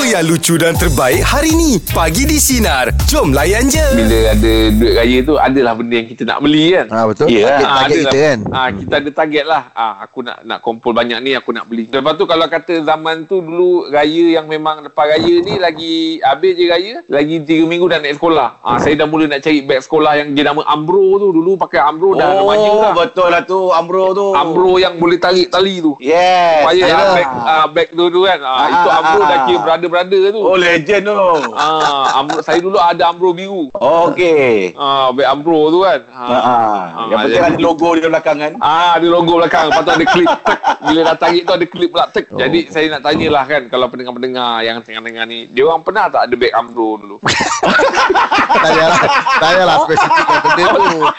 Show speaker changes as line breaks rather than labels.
yang lucu dan terbaik hari ni. Pagi di Sinar. Jom layan je.
bila ada duit raya tu adalah benda yang kita nak beli kan.
Ah, betul.
Yeah.
Target- target kita kan.
Ah kita ada target lah. Ah aku nak nak kumpul banyak ni aku nak beli. Lepas tu kalau kata zaman tu dulu raya yang memang lepas raya ni lagi habis je raya, lagi 3 minggu dah naik sekolah. Ah saya dah mula nak cari beg sekolah yang dia nama Ambro tu. Dulu pakai Ambro dah remaja
Oh,
dah.
betul lah tu Amro tu.
Ambro yang boleh tarik tali tu.
Yes.
Supaya
saya
ah,
lah.
beg ah, beg tu tu kan. Ah,
Ah,
itu
ah,
Ambro
ah,
dah
ah.
kira brother-brother tu.
Oh, legend tu.
Ah, Ambro, saya dulu ada Ambro biru.
Okey.
Ah, beg Ambro tu kan.
Ha. ah. Yang
Ah,
penting
jadi-
ada logo dia belakang kan.
Ah, ada logo belakang. Lepas tu ada klip. Tek. Bila dah tarik tu ada klip pula. Tek. Oh. Jadi saya nak tanyalah kan kalau pendengar-pendengar yang tengah dengar ni, dia orang pernah tak ada back amro dulu?
lah- Tak payahlah. Tak payahlah spesifik yang benda tu.